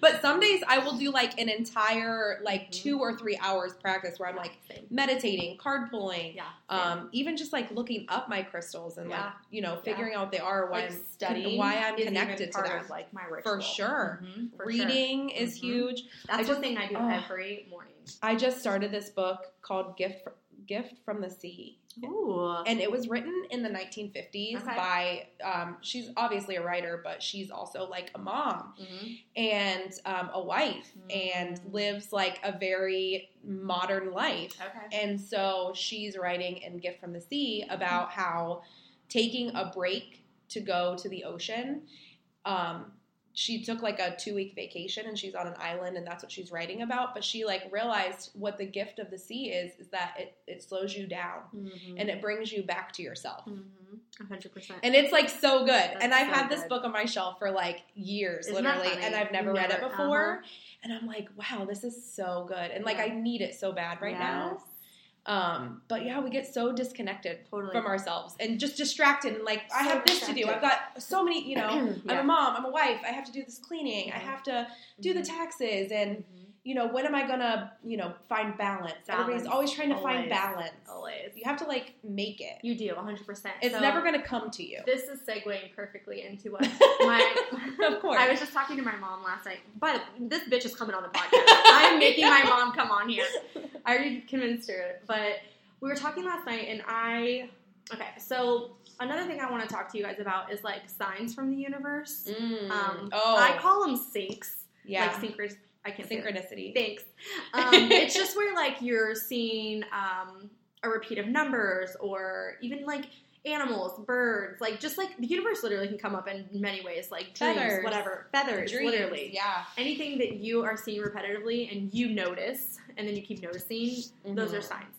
Speaker 2: But some days I will do like an entire like
Speaker 3: Mm-hmm.
Speaker 2: two or three hours practice where I'm like
Speaker 3: Same.
Speaker 2: meditating, card pulling,
Speaker 3: yeah, same.
Speaker 2: um, even just like looking up my crystals and like
Speaker 3: Yeah.
Speaker 2: you know
Speaker 3: Yeah.
Speaker 2: figuring out what they are, why
Speaker 3: like
Speaker 2: I'm
Speaker 3: studying,
Speaker 2: why I'm
Speaker 3: is even
Speaker 2: connected to
Speaker 3: part
Speaker 2: them
Speaker 3: of, like my ritual.
Speaker 2: for sure.
Speaker 3: Mhm, for sure.
Speaker 2: Reading is
Speaker 3: Mhm.
Speaker 2: huge.
Speaker 3: That's
Speaker 2: I
Speaker 3: one
Speaker 2: just-
Speaker 3: thing I do
Speaker 2: oh.
Speaker 3: every morning.
Speaker 2: I just started this book called Gift Gift from the Sea.
Speaker 3: Ooh,
Speaker 2: and it was written in the 1950s by um, she's obviously a writer but she's also like a mom
Speaker 3: Mm-hmm.
Speaker 2: and um, a wife
Speaker 3: Mm.
Speaker 2: and lives like a very modern life
Speaker 3: okay,
Speaker 2: and so she's writing in gift from the sea about how taking a break to go to the ocean um, she took like a two week vacation and she's on an island and that's what she's writing about but she like realized what the gift of the sea is is that it, it slows you down and
Speaker 3: Mm-hmm.
Speaker 2: it brings you back to yourself.
Speaker 3: hundred percent.
Speaker 2: Mm-hmm. And it's like so good. and
Speaker 3: That's
Speaker 2: I've
Speaker 3: so
Speaker 2: had this
Speaker 3: good.
Speaker 2: book on my shelf for like years,
Speaker 3: Isn't that
Speaker 2: literally,
Speaker 3: funny?
Speaker 2: and I've never
Speaker 3: You
Speaker 2: read it
Speaker 3: never-
Speaker 2: before.
Speaker 3: uh-huh.
Speaker 2: And I'm like, wow, this is so good. And like,
Speaker 3: Yeah.
Speaker 2: I need it so bad right now. Um, but yeah, we get so disconnected
Speaker 3: Totally.
Speaker 2: from ourselves and just distracted. And like, I
Speaker 3: So
Speaker 2: have this to do. I've got so many, you know, I'm a mom, I'm a wife, I have to do this cleaning, I
Speaker 3: Mhm.
Speaker 2: have to do
Speaker 3: Mm-hmm.
Speaker 2: the taxes and you know, when am I gonna, you know, find balance? Everybody's
Speaker 3: Balance.
Speaker 2: always trying to find
Speaker 3: Always.
Speaker 2: balance.
Speaker 3: always.
Speaker 2: You have to like make it.
Speaker 3: You do hundred percent.
Speaker 2: It's never going to come to you.
Speaker 3: This is segueing perfectly into what my
Speaker 2: Of course.
Speaker 3: I was just talking to my mom last night. But this bitch is coming on the podcast. I'm making my mom come on here. I already convinced her. But we were talking last night, and I. Okay, so another thing I want to talk to you guys about is like signs from the universe. Um,
Speaker 2: oh,
Speaker 3: I call them syncs.
Speaker 2: yeah.
Speaker 3: Like syncers. I can't say that.
Speaker 2: synchronicity.
Speaker 3: Thanks. Um, it's just where like you're seeing um, a repeat of numbers or even like animals, birds, like just like the universe literally can come up in many ways, like dreams,
Speaker 2: Feathers.
Speaker 3: whatever, feathers,
Speaker 2: Dreams,
Speaker 3: literally.
Speaker 2: Yeah.
Speaker 3: Anything that you are seeing repetitively and you notice, and then you keep noticing, those
Speaker 2: Mhm.
Speaker 3: are signs.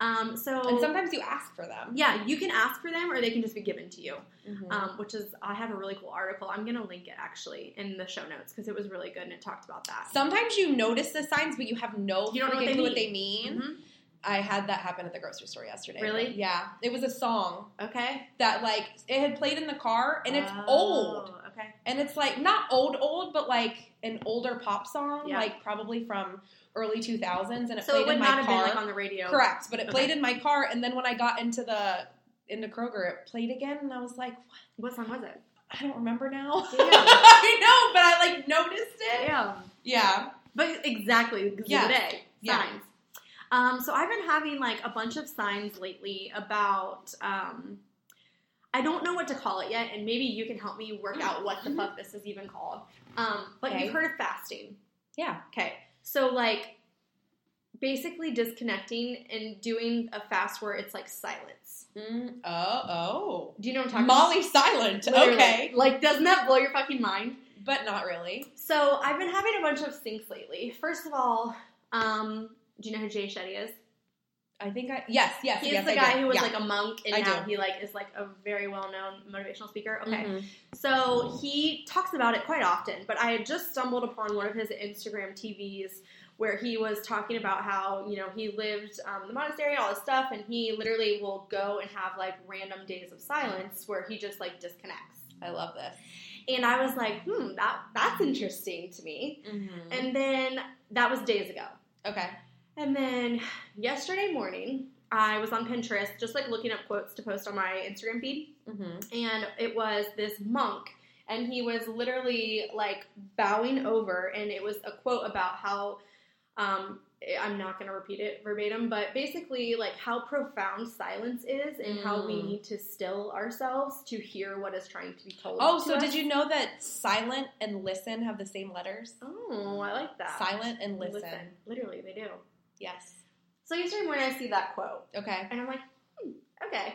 Speaker 3: Um, so
Speaker 2: And sometimes you ask for them.
Speaker 3: yeah, you can ask for them, or they can just be given to you
Speaker 2: Mhm.
Speaker 3: um, which is I have a really cool article. I'm gonna link it actually in the show notes because it was really good and it talked about that.
Speaker 2: Sometimes you notice the signs, but you have no
Speaker 3: You don't know what
Speaker 2: freaking
Speaker 3: they
Speaker 2: clue
Speaker 3: mean. Mhm.
Speaker 2: I had that happen at the grocery store yesterday.
Speaker 3: Really?
Speaker 2: Yeah. It was a song
Speaker 3: Okay,
Speaker 2: that like it had played in the car, and it's
Speaker 3: Oh,
Speaker 2: old,
Speaker 3: Okay,
Speaker 2: and it's like not old old, but like an older pop song,
Speaker 3: Yeah.
Speaker 2: like probably from early 2000s, and it
Speaker 3: so
Speaker 2: played
Speaker 3: it would
Speaker 2: in
Speaker 3: not
Speaker 2: my
Speaker 3: have
Speaker 2: car.
Speaker 3: been like on the radio.
Speaker 2: Correct, but it
Speaker 3: Okay.
Speaker 2: played in my car, and then when I got into the into Kroger, it played again, and I was like, what?
Speaker 3: What song was it?
Speaker 2: I don't remember now.
Speaker 3: Damn.
Speaker 2: I know, but I like noticed it.
Speaker 3: Damn.
Speaker 2: Yeah,
Speaker 3: But exactly,
Speaker 2: Yeah.
Speaker 3: yeah. today
Speaker 2: Yeah.
Speaker 3: signs. Um, so I've been having like a bunch of signs lately about. Um, I don't know what to call it yet, and maybe you can help me work out what the fuck this is even called. Um,
Speaker 2: Mm-hmm.
Speaker 3: but
Speaker 2: Okay.
Speaker 3: you've heard of fasting.
Speaker 2: yeah,
Speaker 3: Okay. So like basically disconnecting and doing a fast where it's like silence.
Speaker 2: Mm, oh,
Speaker 3: Do you know what I'm
Speaker 2: oh,
Speaker 3: talking
Speaker 2: Molly Silent.
Speaker 3: about? Literally.
Speaker 2: Okay,
Speaker 3: Like doesn't that blow your fucking mind?
Speaker 2: but not really.
Speaker 3: So I've been having a bunch of sinks lately. First of all, um, do you know who Jay Shetty is?
Speaker 2: I think I yes, yes,
Speaker 3: He's
Speaker 2: yes.
Speaker 3: the
Speaker 2: I
Speaker 3: guy
Speaker 2: do.
Speaker 3: who was
Speaker 2: Yeah.
Speaker 3: like a monk and
Speaker 2: I
Speaker 3: now
Speaker 2: do.
Speaker 3: he like is like a very well known motivational speaker. Okay.
Speaker 2: Mhm.
Speaker 3: So he talks about it quite often, but I had just stumbled upon one of his Instagram TVs where he was talking about how, you know, he lived um, in the monastery, all this stuff, and he literally will go and have like random days of silence where he just like disconnects.
Speaker 2: I love this.
Speaker 3: And I was like, hmm, that, that's interesting to me.
Speaker 2: Mhm.
Speaker 3: And then that was days ago.
Speaker 2: Okay,
Speaker 3: And then yesterday morning, I was on Pinterest just like looking up quotes to post on my Instagram feed
Speaker 2: Mhm.
Speaker 3: and it was this monk and he was literally like bowing over and it was a quote about how um i'm not going to repeat it verbatim but basically like how profound silence is and how we
Speaker 2: Mm.
Speaker 3: need to still ourselves to hear what is trying to be told
Speaker 2: Oh,
Speaker 3: to
Speaker 2: so
Speaker 3: us.
Speaker 2: did you know that silent and listen have the same letters?
Speaker 3: oh i like that
Speaker 2: Silent and listen.
Speaker 3: literally they do
Speaker 2: Yes.
Speaker 3: so yesterday morning i see that quote
Speaker 2: Okay.
Speaker 3: And I'm like, hmm, okay.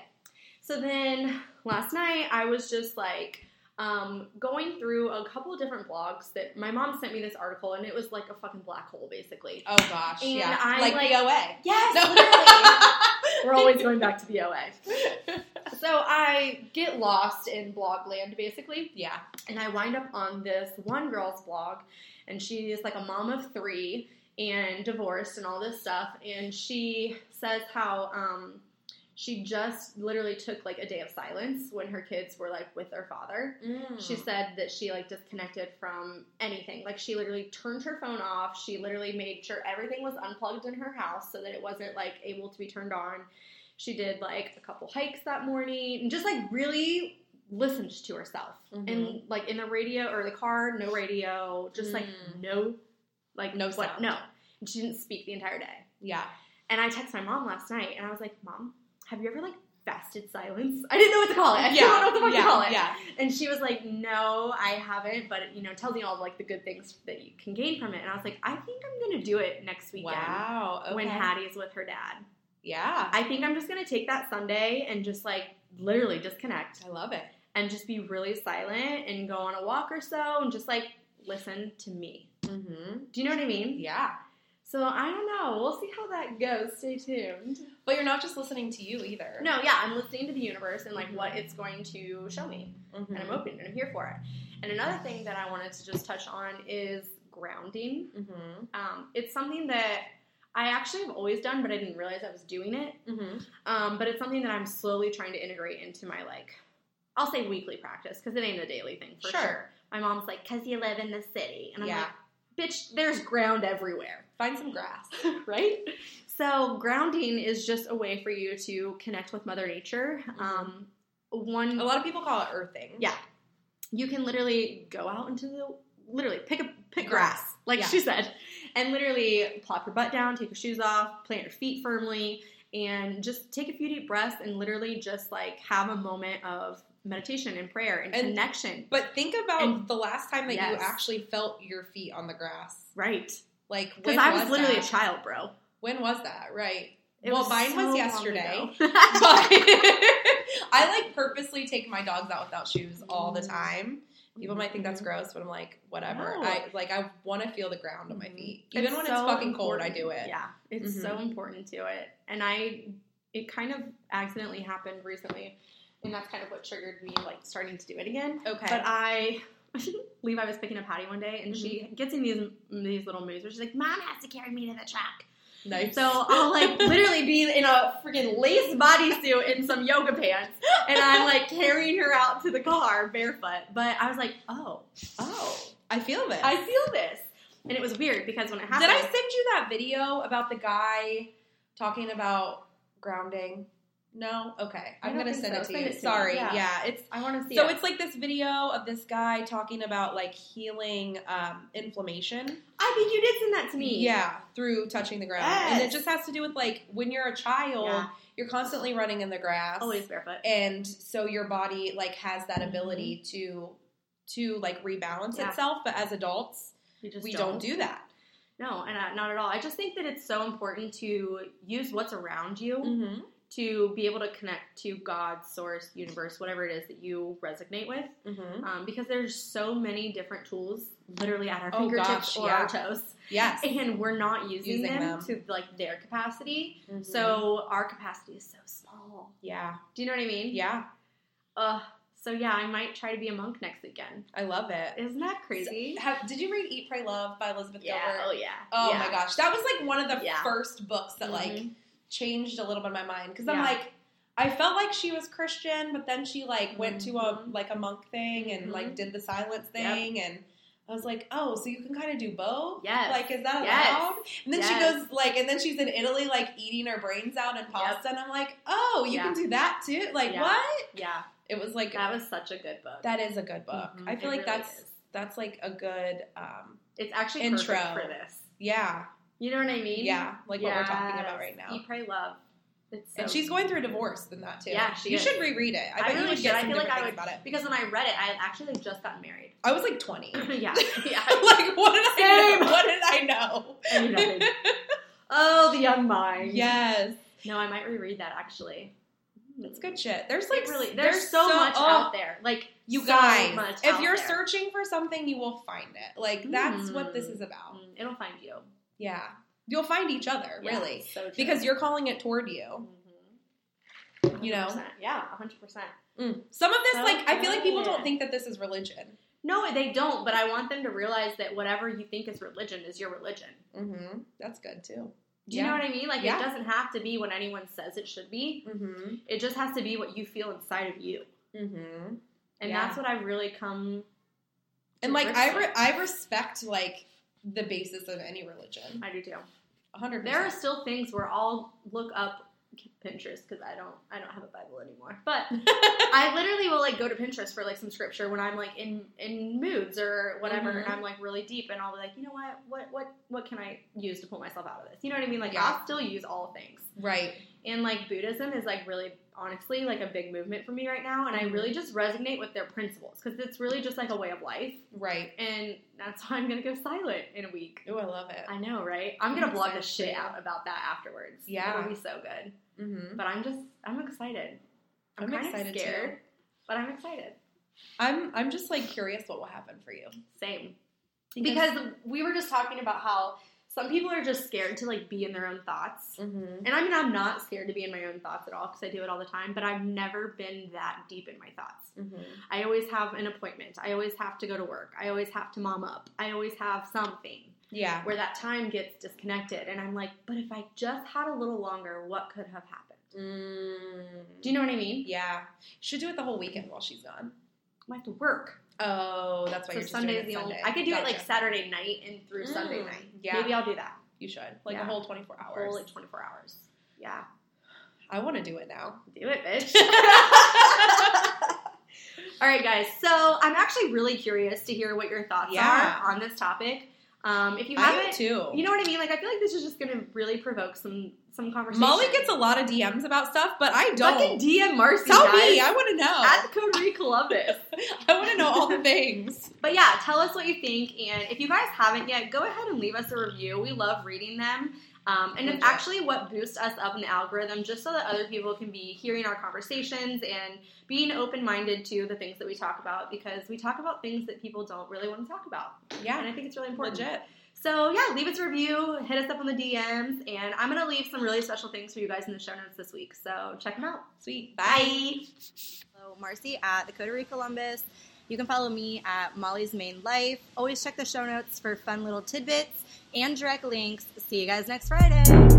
Speaker 3: So then last night I was just like um, going through a couple of different blogs that my mom sent me this article and it was like a fucking black hole basically.
Speaker 2: Oh gosh.
Speaker 3: And
Speaker 2: yeah.
Speaker 3: I'm
Speaker 2: like,
Speaker 3: like-
Speaker 2: the OA.
Speaker 3: Yes,
Speaker 2: No.
Speaker 3: literally. We're always going back to the OA. So I get lost in blog land basically
Speaker 2: Yeah.
Speaker 3: and I wind up on this one girl's blog, and she is like a mom of three and divorced and all this stuff. And she says how um, She just literally took like a day of silence when her kids were like with their father.
Speaker 2: Mm.
Speaker 3: She said that she like disconnected from anything. Like she literally turned her phone off. She literally made sure everything was unplugged in her house so that it wasn't like able to be turned on. She did like a couple hikes that morning and just like really listened to herself.
Speaker 2: Mm-hmm.
Speaker 3: And like in the radio or the car, no radio, just like
Speaker 2: Mm.
Speaker 3: no like
Speaker 2: No
Speaker 3: what-
Speaker 2: sound.
Speaker 3: No. And she didn't speak the entire day.
Speaker 2: yeah.
Speaker 3: And I texted my mom last night and I was like, Mom, have you ever like fasted silence? I didn't know what to call it. I
Speaker 2: yeah.
Speaker 3: still don't know what the fuck
Speaker 2: yeah.
Speaker 3: to call it.
Speaker 2: Yeah.
Speaker 3: And she was like, "No, I haven't, but you know, tells me all the, like the good things that you can gain from it." And I was like, "I think I'm gonna do it next weekend
Speaker 2: Wow. Okay.
Speaker 3: when Hattie's with her dad.
Speaker 2: yeah.
Speaker 3: I think I'm just gonna take that Sunday and just like literally disconnect
Speaker 2: I love it.
Speaker 3: and just be really silent and go on a walk or so and just like listen to me.
Speaker 2: Mm-hmm.
Speaker 3: Do you know what I mean?
Speaker 2: Yeah.
Speaker 3: So I don't know. We'll see how that goes. Stay tuned.
Speaker 2: But you're not just listening to you either.
Speaker 3: No, yeah, I'm listening to the universe and like
Speaker 2: Mm-hmm.
Speaker 3: what it's going to show me.
Speaker 2: Mhm.
Speaker 3: and I'm open and I'm here for it. And another thing that I wanted to just touch on is grounding.
Speaker 2: Mhm.
Speaker 3: Um, it's something that I actually have always done, but I didn't realize I was doing it.
Speaker 2: Mhm.
Speaker 3: Um, but it's something that I'm slowly trying to integrate into my like, I'll say weekly practice because it ain't a daily thing for
Speaker 2: Sure.
Speaker 3: sure. My mom's like, "Cause you live in the city," and I'm
Speaker 2: Yeah.
Speaker 3: like, "Bitch, there's ground everywhere."
Speaker 2: Find some grass.
Speaker 3: right? So grounding is just a way for you to connect with Mother Nature.
Speaker 2: Mm-hmm.
Speaker 3: Um, one
Speaker 2: A lot of people call it earthing.
Speaker 3: Yeah. you can literally go out into the literally pick a pick
Speaker 2: Grass.
Speaker 3: grass, like
Speaker 2: Yeah.
Speaker 3: she said, and literally plop your butt down, take your shoes off, plant your feet firmly, and just take a few deep breaths and literally just like have a moment of meditation and prayer and,
Speaker 2: And-
Speaker 3: connection.
Speaker 2: But think about
Speaker 3: And-
Speaker 2: the last time that you
Speaker 3: Yes.
Speaker 2: actually felt your feet on the grass.
Speaker 3: Right,
Speaker 2: Like
Speaker 3: because
Speaker 2: when
Speaker 3: I was, literally
Speaker 2: that?
Speaker 3: a child, bro.
Speaker 2: When was that? Right.
Speaker 3: It
Speaker 2: Well, mine was
Speaker 3: long
Speaker 2: yesterday.
Speaker 3: ago.
Speaker 2: But I like purposely take my dogs out without shoes all the
Speaker 3: Mhm.
Speaker 2: time. People might think that's gross, but I'm like, whatever.
Speaker 3: Mm-hmm. No.
Speaker 2: I like I want to feel the ground on my
Speaker 3: Mhm.
Speaker 2: feet, even
Speaker 3: It's
Speaker 2: when it's
Speaker 3: so
Speaker 2: fucking cold. I
Speaker 3: important.
Speaker 2: do it.
Speaker 3: Yeah, it's
Speaker 2: Mhm.
Speaker 3: so important to it. And I, it kind of accidentally happened recently, and that's kind of what triggered me like starting to do it again.
Speaker 2: Okay.
Speaker 3: But I, Levi was picking up Hattie one day, and
Speaker 2: Mm-hmm.
Speaker 3: she gets in these these little moods where she's like, "Mom has to carry me to the track."
Speaker 2: nice.
Speaker 3: So I'll like literally be in a freaking lace bodysuit and some yoga pants, and I'm like carrying her out to the car barefoot. But I was like, "Oh,
Speaker 2: oh, I feel this.
Speaker 3: I feel this," and it was weird because when it happened,
Speaker 2: Did I send you that video about the guy talking about grounding? No. Okay,
Speaker 3: I
Speaker 2: I'm
Speaker 3: don't
Speaker 2: gonna
Speaker 3: think
Speaker 2: send
Speaker 3: so.
Speaker 2: it to
Speaker 3: Send
Speaker 2: you.
Speaker 3: it to me.
Speaker 2: Sorry.
Speaker 3: Yeah.
Speaker 2: yeah, it's
Speaker 3: I want to see.
Speaker 2: So
Speaker 3: it.
Speaker 2: it's like this video of this guy talking about like healing um, inflammation.
Speaker 3: I think you did send that to me.
Speaker 2: Yeah, through touching the ground, and it
Speaker 3: Yes.
Speaker 2: just has to do with like when you're a child,
Speaker 3: Yeah.
Speaker 2: you're constantly running in the grass,
Speaker 3: always barefoot.
Speaker 2: and so your body like has that ability to to like rebalance
Speaker 3: Mm-hmm. Yeah.
Speaker 2: itself. But as adults,
Speaker 3: We just
Speaker 2: we don't. do that.
Speaker 3: No, and uh, not at all. I just think that it's so important to use what's around you.
Speaker 2: Mm-hmm.
Speaker 3: to be able to connect to God, source, universe, whatever it is that you resonate with,
Speaker 2: Mm-hmm.
Speaker 3: um, because there's so many different tools literally at our
Speaker 2: Oh,
Speaker 3: fingertips
Speaker 2: gosh,
Speaker 3: or
Speaker 2: yeah.
Speaker 3: our toes,
Speaker 2: Yes.
Speaker 3: and we're not using,
Speaker 2: Using
Speaker 3: them,
Speaker 2: them.
Speaker 3: to like their capacity.
Speaker 2: Mhm.
Speaker 3: So our capacity is so small.
Speaker 2: yeah,
Speaker 3: Do you know what I mean?
Speaker 2: yeah,
Speaker 3: Ugh. So yeah, I might try to be a monk next weekend.
Speaker 2: I love it.
Speaker 3: Isn't that crazy?
Speaker 2: Have, did you read Eat, Pray, Love by Elizabeth
Speaker 3: yeah.
Speaker 2: Gilbert?
Speaker 3: Oh yeah.
Speaker 2: Oh
Speaker 3: yeah.
Speaker 2: my gosh, that was like one of the
Speaker 3: Yeah.
Speaker 2: first books that like
Speaker 3: Mhm.
Speaker 2: changed a little bit my mind because I'm
Speaker 3: Yeah.
Speaker 2: like, I felt like she was Christian, but then she like went to a
Speaker 3: Mhm.
Speaker 2: like a monk thing and
Speaker 3: Mhm.
Speaker 2: like did the silence
Speaker 3: Yep.
Speaker 2: thing, and I was like, oh, so you can kind of do both.
Speaker 3: Yes.
Speaker 2: Like, is that
Speaker 3: Yes.
Speaker 2: allowed? And then
Speaker 3: Yes.
Speaker 2: she goes like, and then she's in Italy like eating her brains out in pasta, and I'm like, oh, you can
Speaker 3: Yeah.
Speaker 2: do that too. Like
Speaker 3: Yeah.
Speaker 2: what?
Speaker 3: yeah.
Speaker 2: It was like
Speaker 3: That was such a good book.
Speaker 2: that is a good book.
Speaker 3: Mhm.
Speaker 2: I feel
Speaker 3: It
Speaker 2: like
Speaker 3: really
Speaker 2: that's
Speaker 3: is.
Speaker 2: that's like a good um
Speaker 3: it's actually
Speaker 2: Intro.
Speaker 3: perfect for this.
Speaker 2: yeah
Speaker 3: You know what I mean?
Speaker 2: yeah like what we're talking about
Speaker 3: Yes.
Speaker 2: right now.
Speaker 3: Eat, pray, love. It's so
Speaker 2: and she's going through a divorce in that too.
Speaker 3: Yeah, she
Speaker 2: you
Speaker 3: is.
Speaker 2: should reread it. I, bet
Speaker 3: I
Speaker 2: you
Speaker 3: really
Speaker 2: would
Speaker 3: should.
Speaker 2: get
Speaker 3: I
Speaker 2: some
Speaker 3: feel like
Speaker 2: different
Speaker 3: I
Speaker 2: things about it.
Speaker 3: because when I read it, I actually had just gotten married.
Speaker 2: I was like twenty.
Speaker 3: yeah, yeah,
Speaker 2: like what did I know?
Speaker 3: Same.
Speaker 2: what did I know?
Speaker 3: I knew nothing. oh, the young mind.
Speaker 2: Yes,
Speaker 3: No, I might reread that actually.
Speaker 2: it's Mm, good shit. There's
Speaker 3: It
Speaker 2: like
Speaker 3: really, there's, so, much
Speaker 2: oh,
Speaker 3: out there. Like
Speaker 2: You
Speaker 3: so
Speaker 2: guys,
Speaker 3: much
Speaker 2: if
Speaker 3: out
Speaker 2: you're
Speaker 3: there.
Speaker 2: searching for something, you will find it. Like that's what this
Speaker 3: Mm.
Speaker 2: is about.
Speaker 3: Mm, it'll find you.
Speaker 2: Yeah, you'll find each other
Speaker 3: Yeah,
Speaker 2: really
Speaker 3: so true.
Speaker 2: because you're calling it toward you.
Speaker 3: Mhm.
Speaker 2: you know?
Speaker 3: 100%. yeah, hundred percent.
Speaker 2: Mm. Some of this,
Speaker 3: So
Speaker 2: like, I feel like people don't
Speaker 3: good.
Speaker 2: think that this is religion.
Speaker 3: No, they don't. But I want them to realize that whatever you think is religion is your religion.
Speaker 2: Mm-hmm. That's good too.
Speaker 3: Do you
Speaker 2: Yeah.
Speaker 3: know what I mean? Like,
Speaker 2: Yeah.
Speaker 3: it doesn't have to be what anyone says it should be.
Speaker 2: Mm-hmm.
Speaker 3: It just has to be what you feel inside of you.
Speaker 2: Mm-hmm.
Speaker 3: And
Speaker 2: Yeah.
Speaker 3: that's what I've really come. to
Speaker 2: And like
Speaker 3: grips
Speaker 2: I,
Speaker 3: with.
Speaker 2: re- I respect like the basis of any religion.
Speaker 3: I do too.
Speaker 2: A hundred.
Speaker 3: There are
Speaker 2: percent.
Speaker 3: still things where I'll look up Pinterest because I don't I don't have a Bible anymore. But I literally will like go to Pinterest for like some scripture when I'm like in in moods or whatever,
Speaker 2: Mhm.
Speaker 3: and I'm like really deep, and I'll be like, you know what, what what what can I use to pull myself out of this? You know what I mean? Like
Speaker 2: Yeah.
Speaker 3: I'll still use all things.
Speaker 2: right.
Speaker 3: And like Buddhism is like really honestly like a big movement for me right now, and I
Speaker 2: Mhm.
Speaker 3: really just resonate with their principles because it's really just like a way of life,
Speaker 2: Right.
Speaker 3: and that's why I'm gonna go silent in a week.
Speaker 2: Oh, I love it.
Speaker 3: I know, right? I'm gonna
Speaker 2: I'm
Speaker 3: blog the
Speaker 2: excited for
Speaker 3: shit
Speaker 2: you.
Speaker 3: out about that afterwards.
Speaker 2: Yeah.
Speaker 3: it'll be so good.
Speaker 2: Mm-hmm.
Speaker 3: But I'm just, I'm excited. I'm,
Speaker 2: I'm
Speaker 3: kind
Speaker 2: excited
Speaker 3: of scared, but I'm excited.
Speaker 2: I'm I'm just like curious what will happen for you.
Speaker 3: Same. Because we were just talking about how some people are just scared to like be in their own thoughts.
Speaker 2: Mm-hmm.
Speaker 3: And I mean, I'm not scared to be in my own thoughts at all because I do it all the time, but I've never been that deep in my thoughts.
Speaker 2: Mm-hmm.
Speaker 3: I always have an appointment. I always have to go to work. I always have to mom up. I always have something
Speaker 2: Yeah.
Speaker 3: where that time gets disconnected. And I'm like, but if I just had a little longer, what could have happened?
Speaker 2: Mm.
Speaker 3: Do you know what I mean?
Speaker 2: Yeah. Should do it the whole weekend while she's gone.
Speaker 3: I have to work.
Speaker 2: Oh, that's why
Speaker 3: so
Speaker 2: you're just
Speaker 3: Sunday's
Speaker 2: doing
Speaker 3: the
Speaker 2: it
Speaker 3: only.
Speaker 2: Sunday.
Speaker 3: I could do it like
Speaker 2: Gotcha.
Speaker 3: Saturday night and through Sunday
Speaker 2: Mm,
Speaker 3: night.
Speaker 2: yeah.
Speaker 3: Maybe I'll do that.
Speaker 2: You should like
Speaker 3: Yeah.
Speaker 2: the whole 24
Speaker 3: A
Speaker 2: hours.
Speaker 3: whole like 24 hours. Yeah.
Speaker 2: I want to do it now.
Speaker 3: Do it, bitch. All right, guys. So I'm actually really curious to hear what your thoughts
Speaker 2: Yeah.
Speaker 3: are on this topic. Um, if you
Speaker 2: I am
Speaker 3: haven't,
Speaker 2: too.
Speaker 3: you know what I mean. Like I feel like this is just going to really provoke some some conversation.
Speaker 2: Molly gets a lot of DMs about stuff, but I
Speaker 3: fucking
Speaker 2: don't.
Speaker 3: DM Marcy.
Speaker 2: Tell
Speaker 3: guys,
Speaker 2: me, I want to know.
Speaker 3: at Cody Columbus.
Speaker 2: I want to know all the things.
Speaker 3: But yeah, tell us what you think. And if you guys haven't yet, go ahead and leave us a review. We love reading them. Um, and it's
Speaker 2: Legit.
Speaker 3: actually what boosts us up in the algorithm, just so that other people can be hearing our conversations and being open minded to the things that we talk about because we talk about things that people don't really want to talk about. And
Speaker 2: Yeah,
Speaker 3: I think it's really important.
Speaker 2: legit.
Speaker 3: So yeah, leave us a review, hit us up on the DMs, and I'm going to leave some really special things for you guys in the show notes this week. So check them out.
Speaker 2: Sweet.
Speaker 1: Follow Marcy at the Coterie Columbus. You can follow me at Molly's Main Life. Always check the show notes for fun little tidbits and direct links. See you guys next Friday.